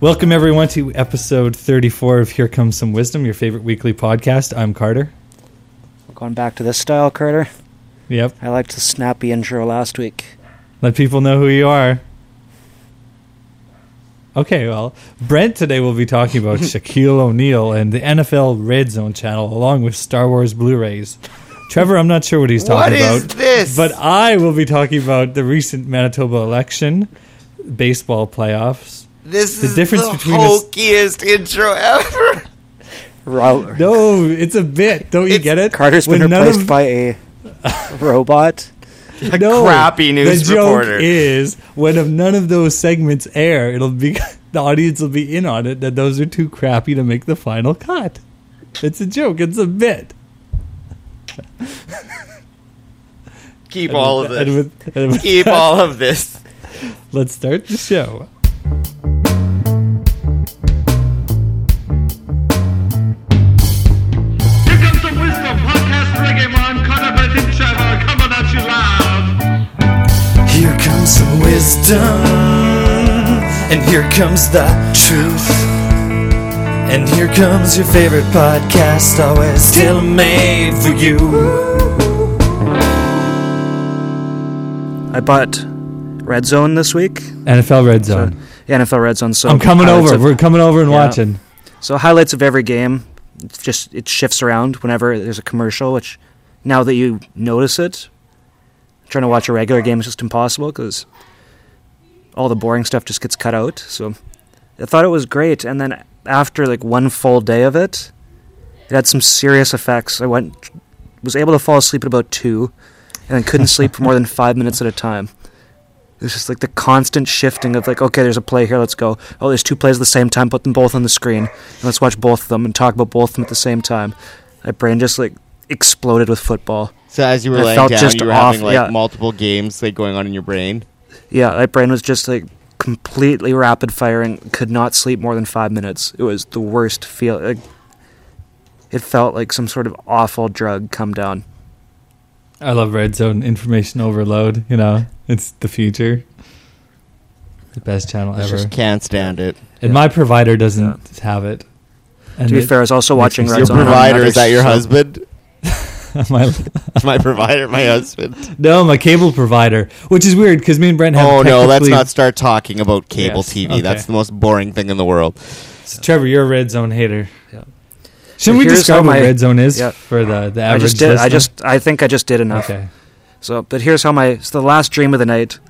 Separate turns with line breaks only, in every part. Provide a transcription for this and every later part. Welcome, everyone, to episode 34 of Here Comes Some Wisdom, your favorite weekly podcast. I'm Carter.
We're going back to this style, Carter.
Yep.
I liked the snappy intro last week.
Let people know who you are. Okay, well, Brent today will be talking about Shaquille O'Neal and the NFL Red Zone channel, along with Star Wars Blu rays. Trevor, I'm not sure what he's
What
talking
is
about.
this?
But I will be talking about the recent Manitoba election, baseball playoffs.
this
the
is
difference
the
between us-
hokiest intro ever.
Ro-
No, it's a bit. Don't you
It's-
get it?
Carter's been
When none
replaced
of-
by a robot.
A crappy news
the joke
reporter.
is when if none of those segments air, it'll be the audience will be in on it that those are too crappy to make the final cut. It's a joke. It's a bit.
Keep all of
And
this.
with- and with-
Keep all of this.
let's start the show.
Here comes some wisdom, podcast reggae man, Connor Brett and Trevor, coming at you loud.
Here comes some wisdom, and here comes the truth. And here comes your favorite podcast, always still made for you.
I bought Red Zone this week.
NFL Red Zone.
NFL Red Zone. So
I'm coming
highlights
over.
of-
We're coming over and
Yeah.
watching.
so highlights of every game. It's just it shifts around whenever there's a commercial. Which now that you notice it, trying to watch a regular game is just impossible because all the boring stuff just gets cut out. So I thought it was great, and then after like one full day of it, it had some serious effects. I went was able to fall asleep at about two, and then couldn't sleep for more than five minutes at a time. It was just like the constant shifting of like, okay, there's a play here, let's go. Oh, there's two plays at the same time, put them both on the screen, and let's watch both of them and talk about both of them at the same time. My brain just like exploded with football.
So as you were
I
laying
felt
down,
just
you were
off,
having like
yeah.
multiple games like going on in your brain.
Yeah, my brain was just like completely rapid firing. Could not sleep more than five minutes. It was the worst feel. Like, it felt like some sort of awful drug come down.
I love Red Zone information overload. You know, it's the future. The best channel
I
ever.
just can't stand it.
and my provider doesn't have it. And
To be
it-
fair, I was also
makes
watching
me
Red
your
Zone on
provider
another
is that your
show.
husband?
my
my provider, my husband.
No, my cable provider, which is weird because me and Brent have.
Oh no, let's
technically-
not start talking about cable
Yes,
TV.
okay.
That's the most boring thing in the world.
Trevor, you're a red zone hater.
Yeah.
Shouldn't we
Here's
describe
how
what
my-
red zone is
yeah.
for the the
I
average?
just did. I
listener?
just. I think I just did enough.
okay.
So, but here's how my. So the last dream of the night.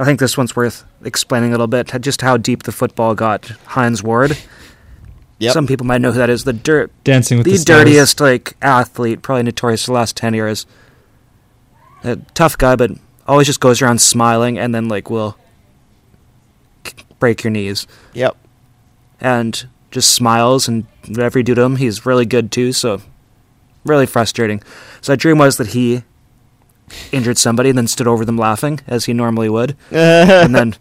I think this one's worth explaining a little bit. Just how deep the football got. Heinz Ward.
Yep.
Some people might know who that is. The dirt.
Dancing with the,
the
Stars.
dirtiest like athlete, probably notorious for the last ten years. A tough guy, but always just goes around smiling and then like will k- break your knees
Yep.
and just smiles and whatever you do to him, he's really good too. So really frustrating. So my dream was that he injured somebody and then stood over them laughing as he normally would, and then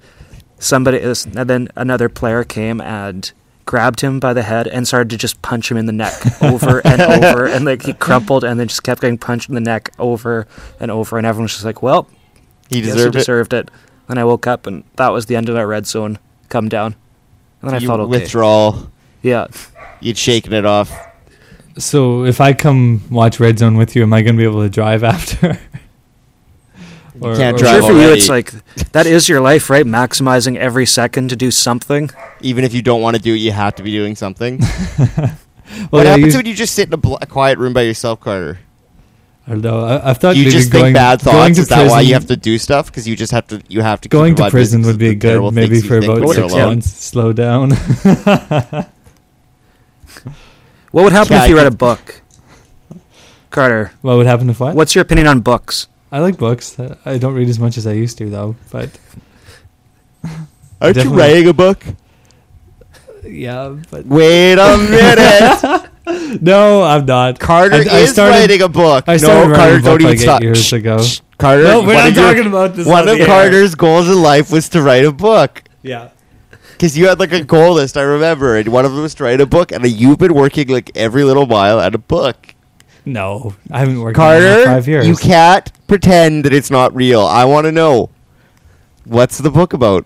somebody and then another player came and grabbed him by the head and started to just punch him in the neck over and over and like he crumpled and then just kept getting punched in the neck over and over and everyone was just like well
He
yes,
deserved
he
it.
deserved it and i woke up and that was the end of my red zone come down and then i
you
felt okay
withdrawal.
yeah
You'd shaken it off.
So if I come watch red zone with you, am I going to be able to drive after? or,
can't
or-
drive
sure for you it's
already.
like that is your life right maximizing every second to do something
Even if you don't want to do it, you have to be doing something.
Well,
what
Oh, yeah,
happens
you-
when you just sit in a, bl- a quiet room by yourself, Carter?
I don't know. I, I thought
Do you
maybe
just
going,
think bad
Going
thoughts?
to
Is that why
prison-
you have to do stuff? Because you just have to. You have to. keep
Going
your
to
life
prison
busy
would be
with the terrible
good, maybe
things you
for
think
about
when you're
six
alone.
months. Slow down.
what would happen
Yeah,
if you
I
read a
could-
book carter
what would happen if what?
what's your opinion on books
I like books. I- I don't read as much as I used to though, but
Aren't
Definitely.
you writing a book?
yeah, but
Wait a minute,
no, I'm not.
Carter
I- I
is
started-
writing a book.
I started
no, Carter,
writing a
don't
book
even
like
stop.
eight years ago.
Carter,
No, we're
one
not
of your-
talking about this.
One
on
of
the air.
Carter's goals in life was to write a book.
Yeah.
Because you had like a goal list, I remember, and one of them was to write a book, and you've been working like every little mile at a book.
No, I haven't worked on it in
Carter,
five years.
you can't pretend that it's not real. I want to know what's the book about.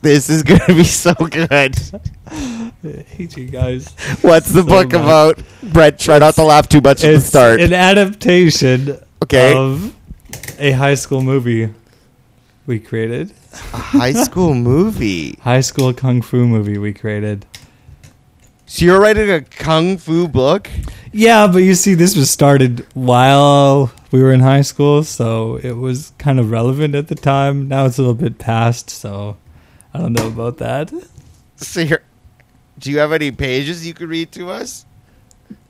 This is gonna be so good.
I hate you guys.
What's the
So
book
much.
about? Brett, try not to laugh too much at the
It's
start.
an adaptation
Okay.
of a high school movie we created.
High school movie.
High school kung fu movie we created.
So you're writing a kung fu book?
Yeah, but you see, this was started while we were in high school, so it was kind of relevant at the time. Now it's a little bit past, so I don't know about that.
So you're, do you have any pages you could read to us?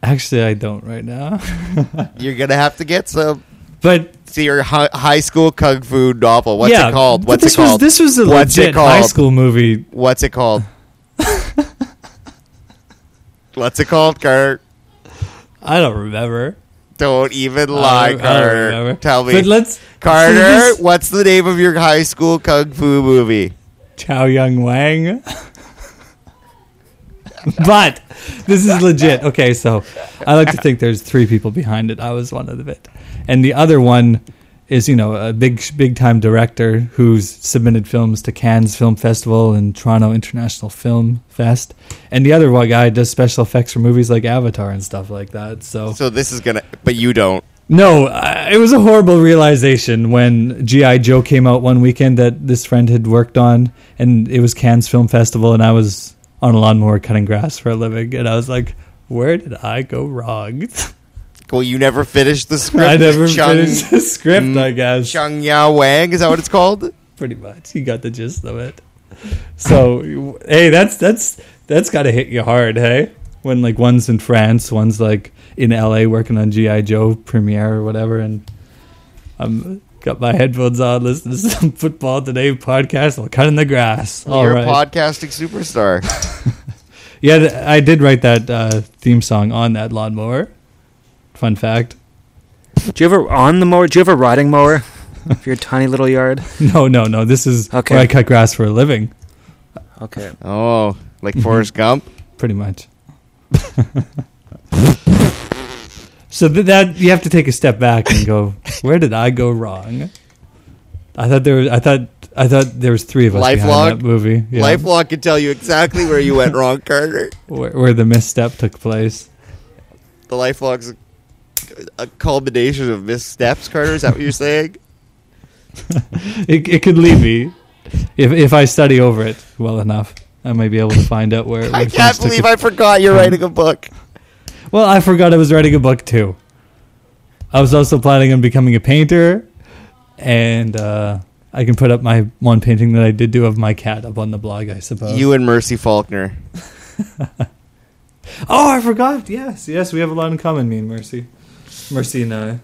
Actually, I don't right now.
You're gonna have to get some.
but
So your hi- high school kung fu novel. What's
yeah,
it called?
but
What's
this
it called?
Was, this was a
What's it
legit high
called?
school movie.
What's it called? What's it called, Kurt?
I don't remember.
Don't even
I
lie,
don't- I don't
Carter.
remember.
Tell me,
But let's
Carter.
see this-
What's the name of your high school kung fu movie?
Chow Young Wang. but this is legit. Okay, so I like to think there's three people behind it. I was one of it, and the other one is you know a big big time director who's submitted films to Cannes Film Festival and Toronto International Film Fest, and the other one guy does special effects for movies like Avatar and stuff like that.
So this is gonna, but you don't.
No, I, it was a horrible realization when GI Joe came out one weekend that this friend had worked on, and it was Cannes Film Festival, and I was on a lawnmower cutting grass for a living, and I was like, "Where did I go wrong?
Well, you never finished the script.
I never
Chung,
finished the script, I guess.
Chung Yao Wang is that what it's called?
Pretty much, you got the gist of it. So, hey, that's that's that's got to hit you hard, hey." When like one's in France, one's like in LA working on GI Joe premiere or whatever, and I'm got my headphones on, listening to some football today podcast. I'll cut in the grass. All
You're
right.
a podcasting superstar.
yeah, th- I did write that uh, theme song on that lawnmower. Fun fact.
Do you ever on the mower? Do you have a riding mower for your tiny little yard?
No, no, no. This is
Okay.
where I cut grass for a living,
Okay.
oh,
Mm-hmm.
like Forrest Gump.
pretty much. so th- that you have to take a step back and go, where did I go wrong? I thought there was. I thought. I thought there was three of us
Lifelog?
behind that movie. Yeah.
Lifelog can tell you exactly where you went wrong, Carter.
where, where the misstep took place.
The lifelog's a culmination of missteps, Carter. Is that what you're saying?
It, it could lead me if if I study over it well enough. I may be able to find out where. where
I
things
can't
took
believe
a-
I forgot you're writing a book.
Well, I forgot I was writing a book too. I was also planning on becoming a painter, and uh, I can put up my one painting that I did do of my cat up on the blog, I suppose.
You and Mercy Faulkner.
oh, I forgot. Yes, yes, we have a lot in common, me and Mercy. Mercy and I.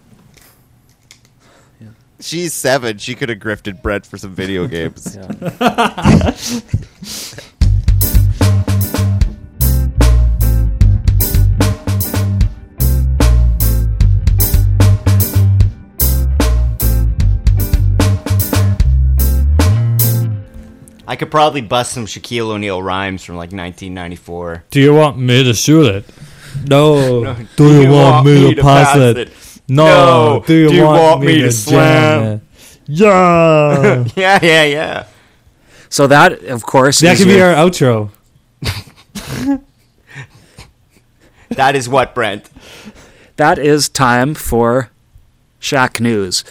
She's seven. She could have grifted Brett for some video games.
Yeah.
I could probably bust some Shaquille O'Neal rhymes from like 1994.
Do you want me to shoot it? No. Do you, want, me to pass, it? No.
No.
Do you, want, me, to slam? it? Yeah.
Yeah, yeah, yeah.
So that, of course,
that
is
could be
your-
our outro.
That is what Brent.
that is time for Shaq news.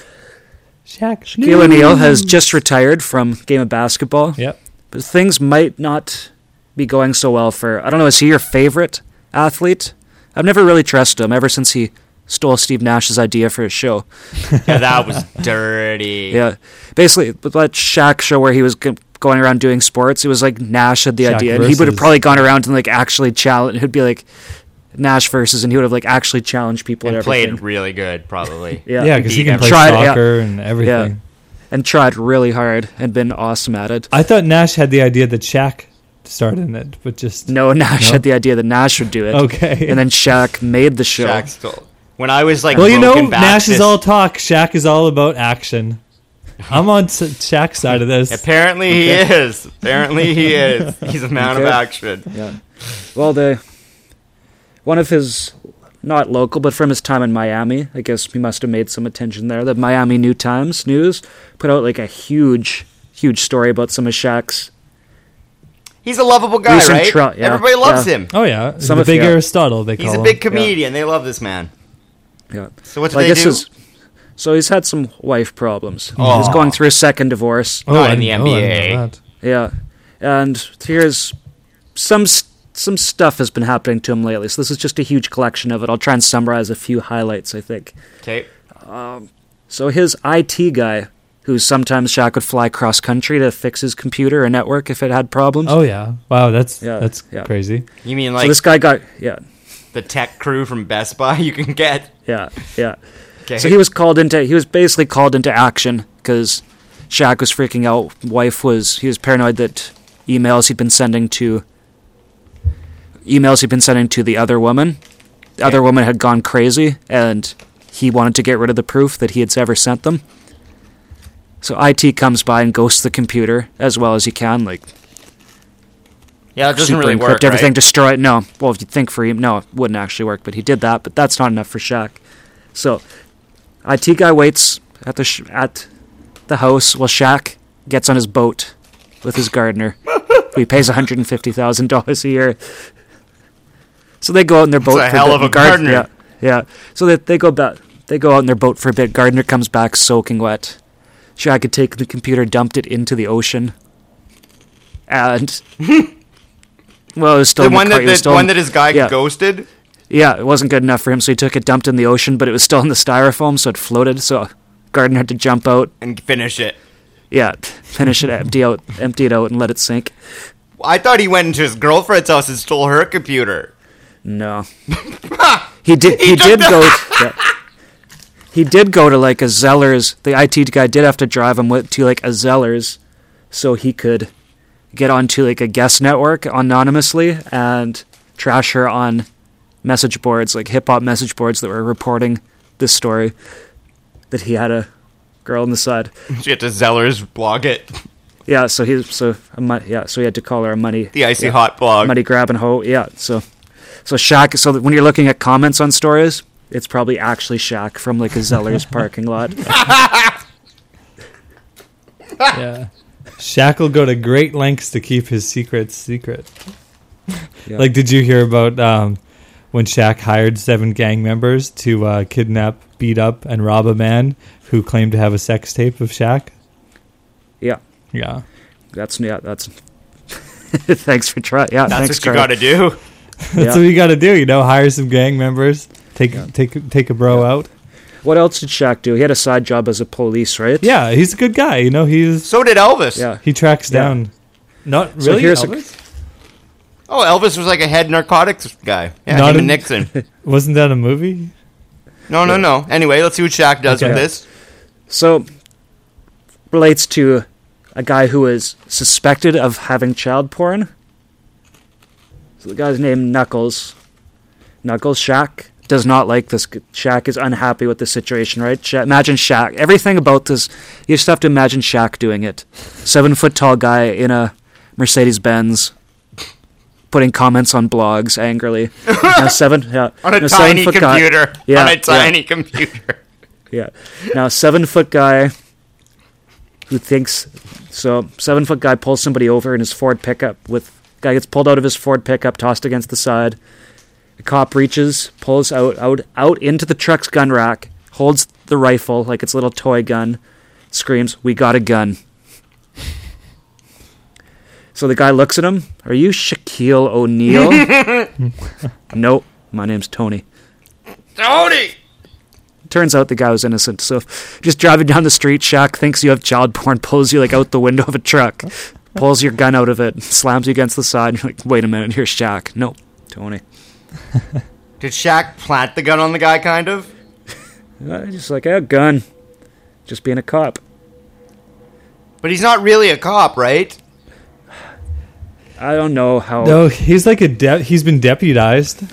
Shaq.
Shaquille O'Neal has just retired from game of basketball,
Yep.
but things might not be going so well for. I don't know. Is he your favorite athlete? I've never really trusted him ever since he stole Steve Nash's idea for his show.
Yeah, that was dirty.
Yeah, basically, with that Shaq show where he was g- going around doing sports, it was like Nash had the
Shaq
idea, and he would have
versus.
probably gone around and like actually challenge. It'd be like Nash versus, and he would have like actually challenged people and,
And
everything.
played really good, probably.
yeah,
Yeah, because he can play
Tried- yeah.
soccer and everything.
Yeah. and tried really hard and been awesome at it.
I thought Nash had the idea that Shaq started in it, but just
No, Nash
No?
had the idea that Nash would do it.
Okay.
and then Shaq made the show.
Shaq stole. When I was like,
well, you know,
broken back
Nash is
this-
all talk. Shaq is all about action. I'm on s- Shaq's side of this.
Apparently he is. Apparently he is. He's a man of
Okay.
action.
Yeah. Well, the one of his not local, but from his time in Miami, I guess he must have made some attention there. The Miami New Times News put out like a huge, huge story about some of Shaq's
He's a lovable guy,
Recent
right?
Trump, yeah,
Everybody loves
yeah.
him.
Oh yeah,
Some
the
of-
big
yeah.
Aristotle. They call
He's a
him.
big comedian. They love this man.
Yeah.
So what do
Well, I
they
guess
do? Oh.
his- so he's had some wife problems. He's going through a second divorce.
Oh,
Not
I
in the
didn't know- I didn't
NBA.
know that.
Yeah, and here's some s- some stuff has been happening to him lately. So this is just a huge collection of it. I'll try and summarize a few highlights. I think.
Okay.
So his IT guy, who sometimes Shaq would fly cross country to fix his computer or network if it had problems.
Oh yeah, wow, that's
Yeah,
that's
yeah.
crazy.
You mean
so
like
this guy got yeah
the tech crew from Best Buy you can get?
yeah yeah.
Okay.
So he was called into he was basically called into action because Shaq was freaking out. Wife was he was paranoid that emails he'd been sending to emails he'd been sending to the other woman. The other woman had gone crazy and he wanted to get rid of the proof that he had ever sent them. So IT comes by and ghosts the computer as well as he can, like
yeah, it doesn't
super
really
encrypt
work.
everything,
right?
destroy it. No, well, if you think for him, no, it wouldn't actually work. But he did that, but that's not enough for Shaq. So, IT guy waits at the sh- at the house while Shaq gets on his boat with his gardener, who he pays one hundred and fifty thousand dollars a year. So they go out in their boat.
a
for
hell
bit,
of a
and Gard-
gardener.
Yeah, yeah. So they they go back. They go out in their boat for a bit. Gardner comes back soaking wet. Shaq had taken the computer, dumped it into the ocean, and well, it was still
The
in
one
the
that
car- it was
the
still
one
in-
that his guy
yeah,
ghosted.
Yeah, it wasn't good enough for him, so he took it, dumped it in the ocean, but it was still in the styrofoam, so it floated. So Gardner had to jump out,
and finish it.
yeah, finish it, empty out, empty it out, and let it sink.
I thought he went into his girlfriend's house and stole her computer.
No, he did. He,
He took
did go. yeah. He did go to like a Zellers. The IT guy did have to drive him with, to like a Zellers, so he could get onto like a guest network anonymously and trash her on message boards, like hip hop message boards that were reporting this story that he had a girl on the side.
She had to Zeller's blog it.
Yeah, so he so a mon- yeah, so he had to call her a money
The icy hot blog.
muddy grab and hoe. Yeah. So, so Shaq. So that when you're looking at comments on stories, it's probably actually Shaq from like a Zeller's parking lot.
yeah. Shaq will go to great lengths to keep his secrets secret. Like, did you hear about um, when Shaq hired seven gang members to uh, kidnap, beat up, and rob a man who claimed to have a sex tape of Shaq?
Yeah.
Yeah.
That's yeah. That's. thanks for trying. Yeah.
That's
thanks,
what you gotta do.
Charlie.
That's
Yeah.
what you got to do, you know. Hire some gang members, take take take a bro out.
What else did Shaq do? He had a side job as a police, right?
Yeah, he's a good guy, you know. He's
So did Elvis.
Yeah.
he tracks
Yeah.
down. Not really,
So here's a-
Elvis?
Oh, Elvis was like a head narcotics guy. Yeah,
Not
him
in-
and Nixon.
wasn't that a movie?
No, no, no. Anyway, let's see what Shaq does
Okay.
with this.
So, relates to a guy who is suspected of having child porn. So the guy's named Knuckles. Knuckles Shaq does not like this. g- Shaq is unhappy with the situation, right? Sha imagine Shaq. Everything about this, you just have to imagine Shaq doing it. Seven foot tall guy in a Mercedes Benz, putting comments on blogs angrily. Now seven, yeah,
On a
now seven
tiny
foot guy-
computer.
Yeah,
on a
yeah.
tiny computer.
Yeah. Now, seven foot guy who thinks so. Seven foot guy pulls somebody over in his Ford pickup. With guy gets pulled out of his Ford pickup, tossed against the side. The cop reaches, pulls out out out into the truck's gun rack, holds the rifle like it's a little toy gun, screams, "We got a gun!" So the guy looks at him. Are you Shaquille O'Neal? nope. My name's Tony
Tony!
turns out the guy was innocent. So just driving down the street, Shaq thinks you have child porn, pulls you like out the window of a truck, pulls your gun out of it, slams you against the side. You're like, wait a minute, here's Shaq. No, Tony.
Did Shaq plant the gun on the guy, kind of?
Uh, Just like, a gun. Just being a cop.
But he's not really a cop, right?
I don't know how.
No, he's like a de- he's been deputized.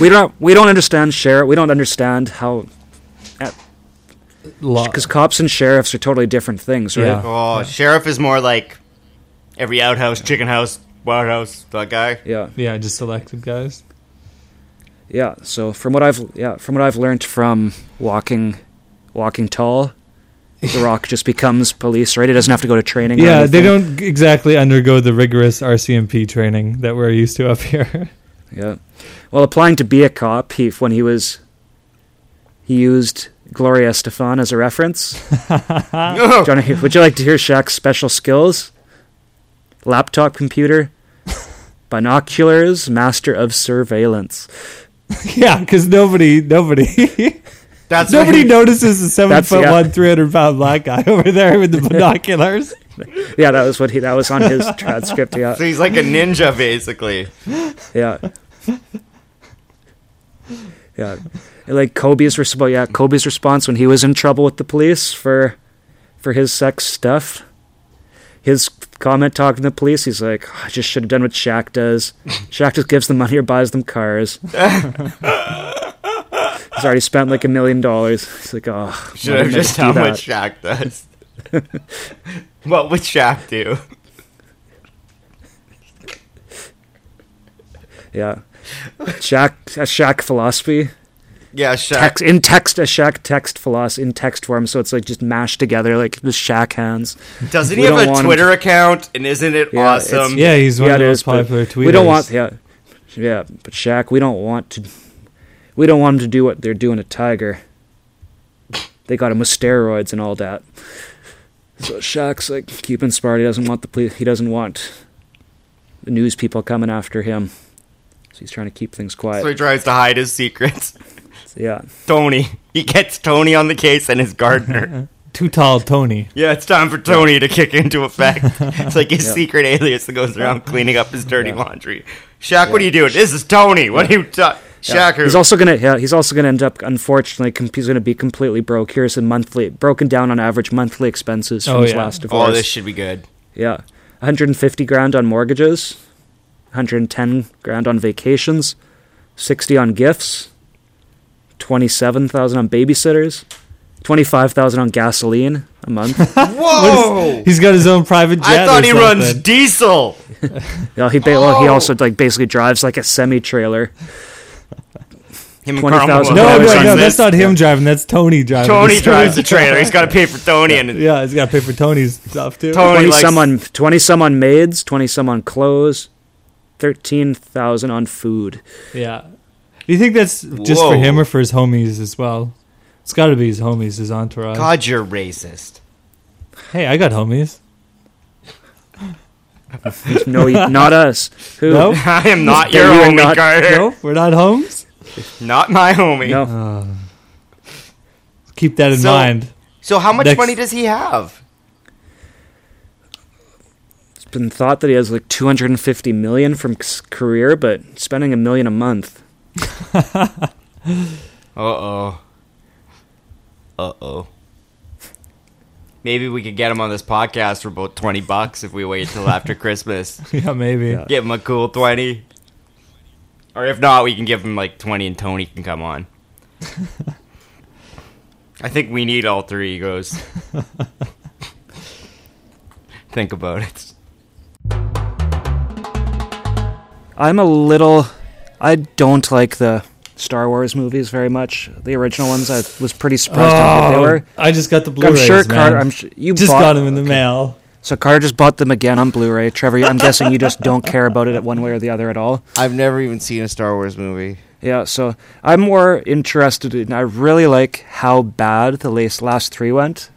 We don't. We don't understand sheriff. We don't understand how
Law.
because cops and sheriffs are totally different things, right?
Uh, Yeah.
Oh, sheriff is more like every outhouse, chicken house, wild house, that guy.
yeah.
Yeah, just selected guys.
yeah so from what i've yeah from what i've learned from walking walking tall The Rock just becomes police, right? He doesn't have to go to training. or
Yeah, they
anything.
don't g- exactly undergo the rigorous RCMP training that we're used to up here.
Yeah. Well, applying to be a cop, he when he was, he used Gloria Stefan as a reference. Do you wanna hear- would you like to hear Shaq's special skills? Laptop computer, binoculars, master of surveillance.
yeah, because nobody, nobody,
That's what
nobody
he-
notices the seven
That's-
foot
yeah.
one, three hundred pound black guy over there with the binoculars.
Yeah, that was what he. That was on his transcript. Yeah,
So he's like a ninja, basically.
yeah, yeah. And, Like Kobe's response. Yeah, Kobe's response when he was in trouble with the police for, for his sex stuff. His comment talking to the police, he's like, "Oh, "I just should have done what Shaq does. Shaq just gives them money or buys them cars." he's already spent like a million dollars. He's like, "Oh,
Should
why
have
didn't I
just done
do
what
that?"
Shaq does. what would Shaq do?
Yeah, Shaq, a Shaq philosophy.
Yeah, Shaq.
text in text a shack text philosophy in text form so it's like just mashed together like the shack hands
Doesn't
we
he have
don't
a
want him
Twitter account? And isn't it
Yeah, it's-
awesome?
Yeah, he's one
yeah
of
it
those
is but
popular tweeters.
we don't want yeah yeah but shack we don't want to we don't want them to do what they're doing to tiger they got him with steroids and all that so Shaq's like keep inspired he doesn't want the police he doesn't want the news people coming after him so he's trying to keep things quiet
So he tries to hide his secrets.
yeah
Tony. He gets Tony on the case and his gardener.
too tall, Tony.
yeah, it's time for Tony to kick into effect. It's like his
Yeah.
secret alias that goes around cleaning up his dirty
Yeah.
laundry. Shaq, what are you doing? This is Tony. What are you talking?
Yeah.
Shaq,
He's also gonna yeah, he's also gonna end up unfortunately com- he's gonna be completely broke. Here's a monthly broken down on average monthly expenses from
Oh,
his
yeah.
last divorce.
oh, this should be good.
yeah, 150 grand on mortgages, 110 grand on vacations, 60 on gifts, 27 thousand on babysitters, 25 thousand on gasoline a month.
Whoa!
He's got his own private jet.
I thought
or
he runs
something.
diesel.
yeah, he ba- well, he
Oh.
also like basically drives like a semi trailer.
Him and
20,000
Cromwell
No,
have
no,
Whatever
no,
done
that's
this.
not him driving. That's Tony driving.
Tony
He's-
drives the trailer. He's got to pay for Tony and
Yeah, he's got to pay for Tony's stuff too.
20
Tony Oh, likes
some on 20 some on maids, 20 some on clothes, 13,000 on food.
Yeah. Do you think that's just for
Whoa.
him or for his homies as well? It's got to be his homies, his entourage.
God, you're racist.
Hey, I got homies.
No, you- not us. Who?
Nope.
I am not
Yeah,
your
you are
homie,
not-
Carter.
No, we're not homes. Uh,
Not my homie.
No.
Keep that in
So-
mind.
So how much
Next-
money does he have?
It's been thought that he has like 250 million from his career, but spending a million a month.
Uh oh. Uh oh. Maybe we could get him on this podcast for about twenty bucks if we wait till after Christmas.
Yeah, maybe.
Give him a cool twenty. Or if not, we can give him like twenty, and Tony can come on. I think we need all three egos. think about it.
I'm a little I don't like the Star Wars movies very much. The original ones I was pretty surprised how good they were.
Oh, I just got the Blu-rays.
I'm sure
man.
Carter, I'm sure you
just
bought,
got them in the mail.
So Carter just bought them again on Blu-ray. Trevor, I'm guessing you just don't care about it one way or the other at all.
I've never even seen a Star Wars movie.
Yeah, so I'm more interested in. I really like how bad the last last three went.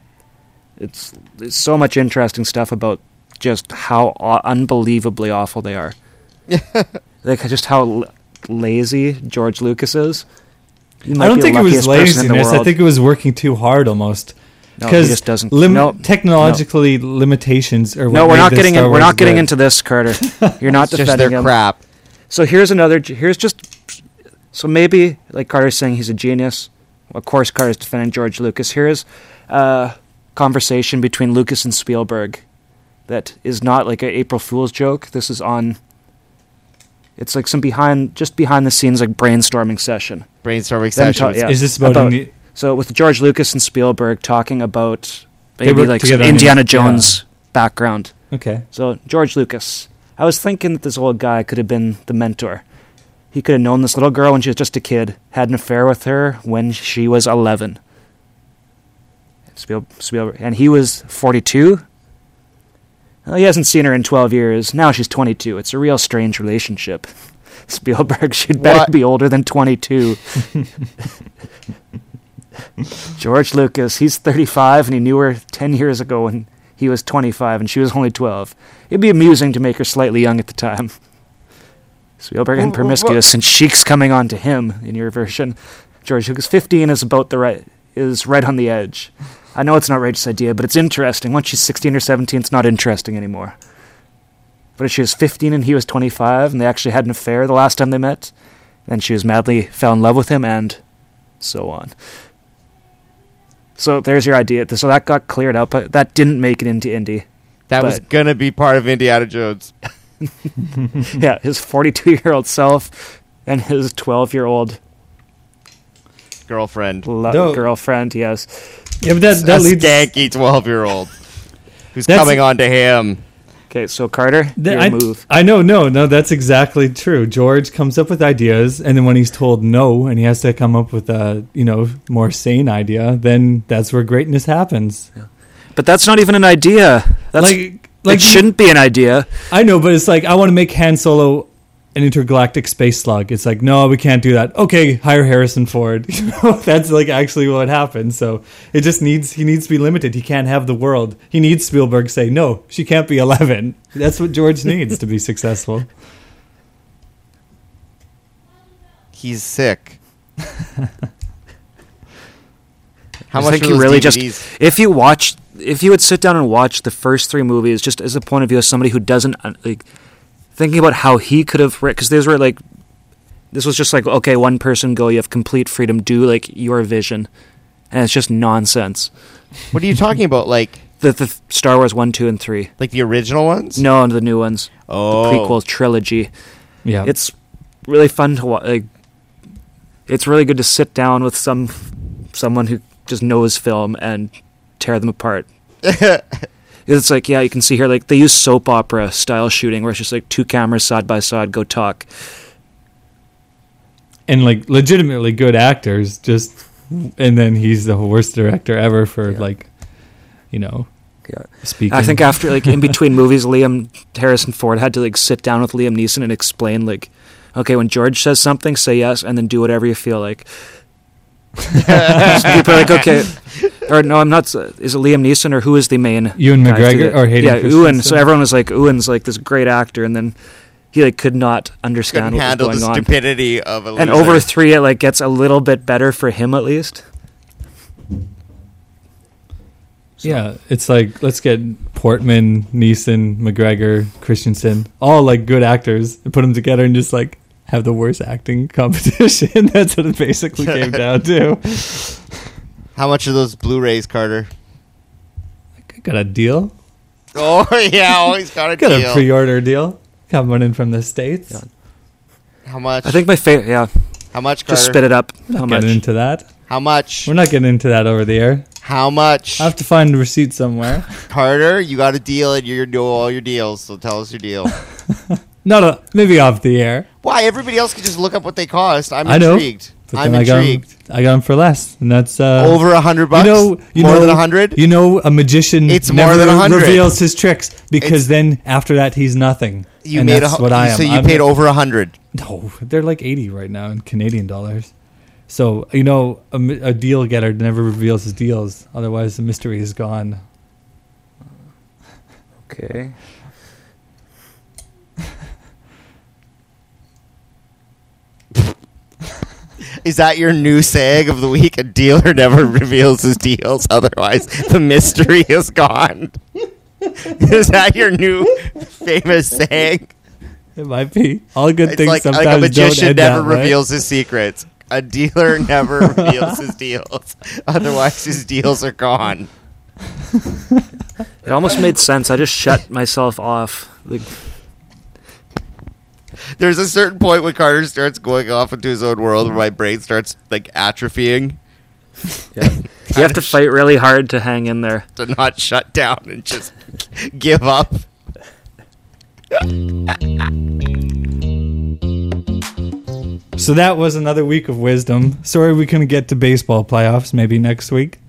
It's, it's so much interesting stuff about just how aw- unbelievably awful they are. like just how l- lazy George Lucas is. He might
I don't
be the
think it was
luckiest person in the
laziness. I
world.
think it was working too hard almost.
No, he
Because
just doesn't-
lim-
no,
technologically limitations are. What
no, we're
made
not
this
getting
Star
in, we're not
Wars
getting
good.
into this, Carter. You're not
It's just their
defending him.
crap.
So here's another. Here's just. So maybe like Carter's saying he's a genius. Of course, Carter's defending George Lucas. Here's a conversation between Lucas and Spielberg that is not like an April Fool's joke. This is on. It's like some behind, just behind the scenes, like brainstorming session.
Brainstorming
Them
sessions.
ta- yeah,
Is this about Indi-
so with George Lucas and Spielberg talking about
They
maybe
worked
like some
together on the-
Indiana Jones background.
Okay.
So, George Lucas. I was thinking that this old guy could have been the mentor. He could have known this little girl when she was just a kid, had an affair with her when she was 11. Spiel- Spielberg, and he was 42. Well, he hasn't seen her in 12 years. Now she's 22. It's a real strange relationship. Spielberg should better
What?
be older than 22. George Lucas, he's 35 and he knew her 10 years ago when he was 25 and she was only 12. It'd be amusing to make her slightly young at the time. Spielberg and promiscuous, and Sheik's coming on to him in your version. George Lucas, 15 is about the right is right on the edge. I know it's an outrageous idea, but it's interesting. Once she's 16 or 17, it's not interesting anymore. But if she was 15 and he was 25, and they actually had an affair the last time they met, then she was madly fell in love with him, and so on. So there's your idea. So that got cleared up. but That didn't make it into indie.
That
But-
was gonna be part of Indiana Jones.
Hmm.
yeah, his 42 year old self and his 12 year old
Girlfriend,
lo-
No.
girlfriend. Yes,
Yeah, but that, that
a
leads.
stanky twelve-year-old who's
That's-
coming on to him.
Okay, so Carter,
Th-
your
I,
move.
I know, no, no, that's exactly true. George comes up with ideas, and then when he's told no, and he has to come up with a you know more sane idea, then that's where greatness happens.
But that's not even an idea. That's
like, like
it shouldn't be an idea.
I know, but it's like I want to make Han Solo an intergalactic space slug. It's like no, we can't do that. Okay, hire Harrison Ford. You know, that's like actually what happened. So it just needs he needs to be limited. He can't have the world. He needs Spielberg say no, she can't be eleven. That's what George needs to be successful.
He's sick. How
I
much
think
are
you
those
really
DVDs?
just if you watch if you would sit down and watch the first three movies just as a point of view of somebody who doesn't uh, like thinking about how he could have because these were like this was just like okay one person go you have complete freedom do like your vision and it's just nonsense.
What are you talking about? Like,
The, the Star Wars one two and three
like the original ones?
no the new ones
Oh.
the prequel trilogy
Yeah,
it's really fun to watch. Like, it's really good to sit down with some someone who just knows film and tear them apart. it's like yeah, you can see here like they use soap opera style shooting where it's just like two cameras side by side go talk.
and like legitimately good actors just and then he's the worst director ever for like you know
Yeah.
speaking
I think after like in between movies, Liam Harrison Ford had to like sit down with Liam Neeson and explain like, okay, when George says something, say yes, and then do whatever you feel like. so people are like, okay, or no, I'm not. Is it Liam Neeson or who is the main?
Ewan
guy for
McGregor
the-
or Hayden
Yeah, Ewan. So
Christensen?
everyone was like, Ewan's like this great actor, and then he like could not understand
Couldn't
what
handle the
was going on.
stupidity of a
And
loser.
over three, it like gets a little bit better for him at least.
yeah it's like let's get Portman Neeson McGregor Christensen all like good actors and put them together and just like have the worst acting competition that's what it basically came down to
How much are those Blu-rays, Carter?
I got a deal
Oh yeah, always got a
got
deal.
a pre-order deal coming in from the states
How much?
I think my favorite. Yeah,
How much, Carter?
just spit it up. How
getting
much?
into that
How much?
we're not getting into that over the air
How much?
I have to find a receipt somewhere
Carter, you got a deal, and you know all your deals. So tell us your deal.
not a, maybe off the air
Why everybody else can just look up what they cost? I'm
I know.
intrigued.
But
I'm
then I got 'em-
intrigued.
I got him for less, and that's uh,
Over a hundred bucks.
You know, you
more
know,
than a hundred.
You know, a magician
It's more
never
than 100.
reveals his tricks because
It's-
then after that he's nothing.
You
And
made
that's
a,
what I am.
So you
I'm-
paid over a hundred.
No, they're like eighty right now in Canadian dollars. So you know, a, mi- a deal getter never reveals his deals. Otherwise, the mystery is gone.
Okay.
Is that your new saying of the week? A dealer never reveals his deals, otherwise the mystery is gone. is that your new famous saying?
It might be all good
It's
things
like, like
sometimes
a
don't
magician
end
never
that way.
reveals his secrets. A dealer never reveals his deals, otherwise his deals are gone.
It almost made sense. I just shut myself off. Like,
There's a certain point when Carter starts going off into his own world, where my brain starts like atrophying
you have to fight really hard to hang in there.
to not shut down and just give up.
So that was another week of wisdom. Sorry we couldn't get to baseball playoffs. Maybe next week.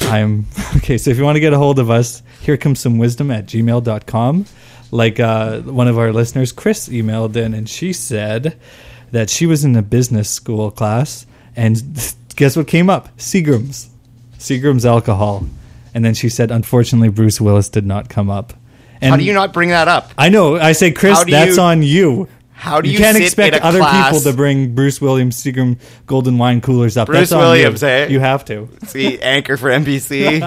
I'm okay. So if you want to get a hold of us, here comes some wisdom at gmail.com. Like uh, one of our listeners, Chris, emailed in and she said that she was in a business school class and guess what came up? Seagram's. Seagram's alcohol. And then she said, unfortunately, Bruce Willis did not come up. And
How do you not bring that up?
I know. I say, Chris,
How do
that's
you-
on you.
How do
You,
you,
can't
sit
expect
in a
other
class-
people to bring Bruce Williams Seagram Golden Wine coolers up.
Bruce
That's on
Williams,
you.
eh?
You have to.
See, anchor for NBC.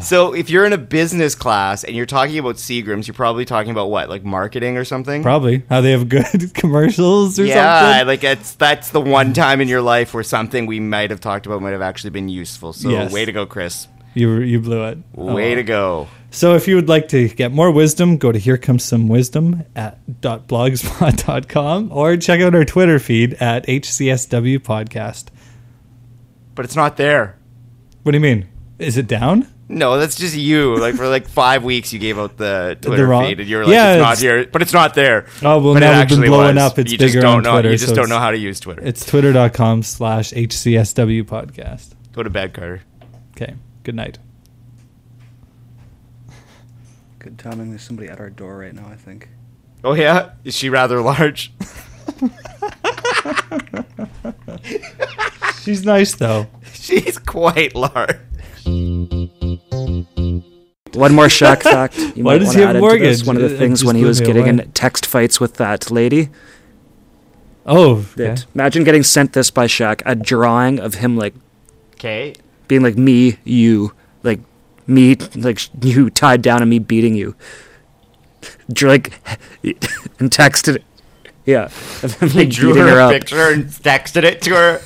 so if you're in a business class and you're talking about Seagrams, you're probably talking about what, like marketing or something?
Probably how they have good commercials or
yeah,
something.
like it's that's the one time in your life where something we might have talked about might have actually been useful. So
Yes.
way to go, Chris.
You you blew it. Oh.
Way to go.
So if you would like to get more wisdom, go to here comes some wisdom at dot blogspot.com or check out our Twitter feed at HCSW podcast.
But it's not there.
What do you mean? Is it down?
No, that's just you. Like for like five weeks, you gave out the Twitter
wrong-
feed, and you were like,
Yeah,
"It's not
it's-
here, but it's not there."
Oh, well, now we've
but it
been
actually
blowing
was.
up. It's
you just
bigger
don't
on
know.
Twitter,
you just
so
don't
it's-
know how to use Twitter.
It's twitter.com slash HCSW podcast.
Go to bed, Carter.
Okay. Good night.
Good timing. There's somebody at our door right now, I think.
Oh yeah, is she rather large?
She's nice though.
She's quite large.
One more shock fact. You
Why
might
does
wanna
he have
add into
mortgage?
this. One of
It-
the
it
things
just
when he
blew
was
me
getting
away.
in text fights with that lady.
Oh,
That
okay.
imagine getting sent this by Shaq, a drawing of him like
Okay.
being like me, you, like me, like sh- you tied down and me beating you. Dr- Like and texted it. Yeah, of him, like
Drew
beating
her,
her
a
up.
picture and texted it to her.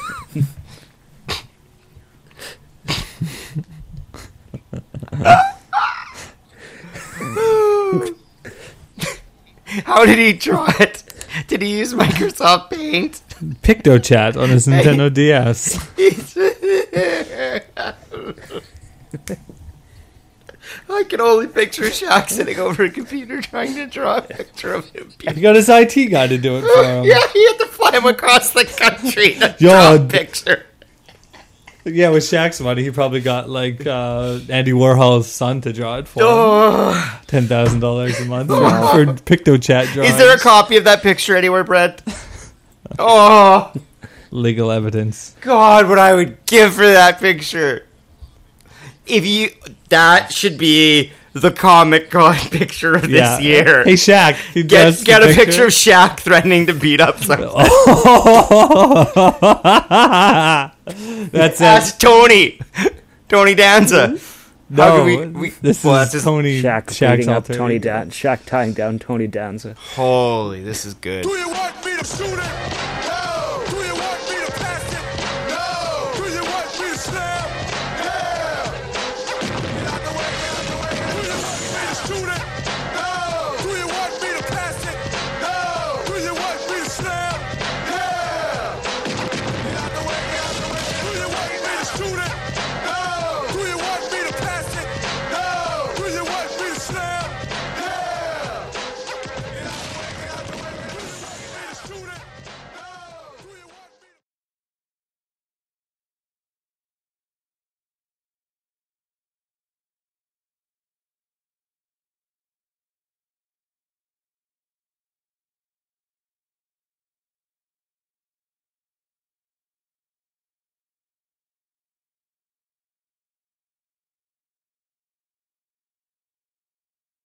how did he draw it? Did he use Microsoft Paint?
PictoChat on his Nintendo DS.
I can only picture Shaq sitting over a computer trying to draw a picture of him.
He got his IT guy to do it for him.
yeah, he had to fly him across the country to
Yo,
draw a
d-
picture.
Yeah, with Shaq's money, he probably got like uh, Andy Warhol's son to draw it for him.
Oh,
ten thousand dollars a month for, for PictoChat drawings.
is there a copy of that picture anywhere, Brett? Oh
legal evidence?
God, what I would give for that picture! If you, that should be the Comic Con picture of this
Yeah.
year.
Hey Shaq, he
get
draws
get
the
a picture of Shaq threatening to beat up someone.
That's it.
Ask Tony, Tony Danza.
No,
do we- we-
this
well,
is
that's just
Tony
Shaq
Shaq's
beating up
alter
Tony
ego.
Dan. Shaq tying down Tony Danza.
Holy, this is good.
Do you want me to shoot it?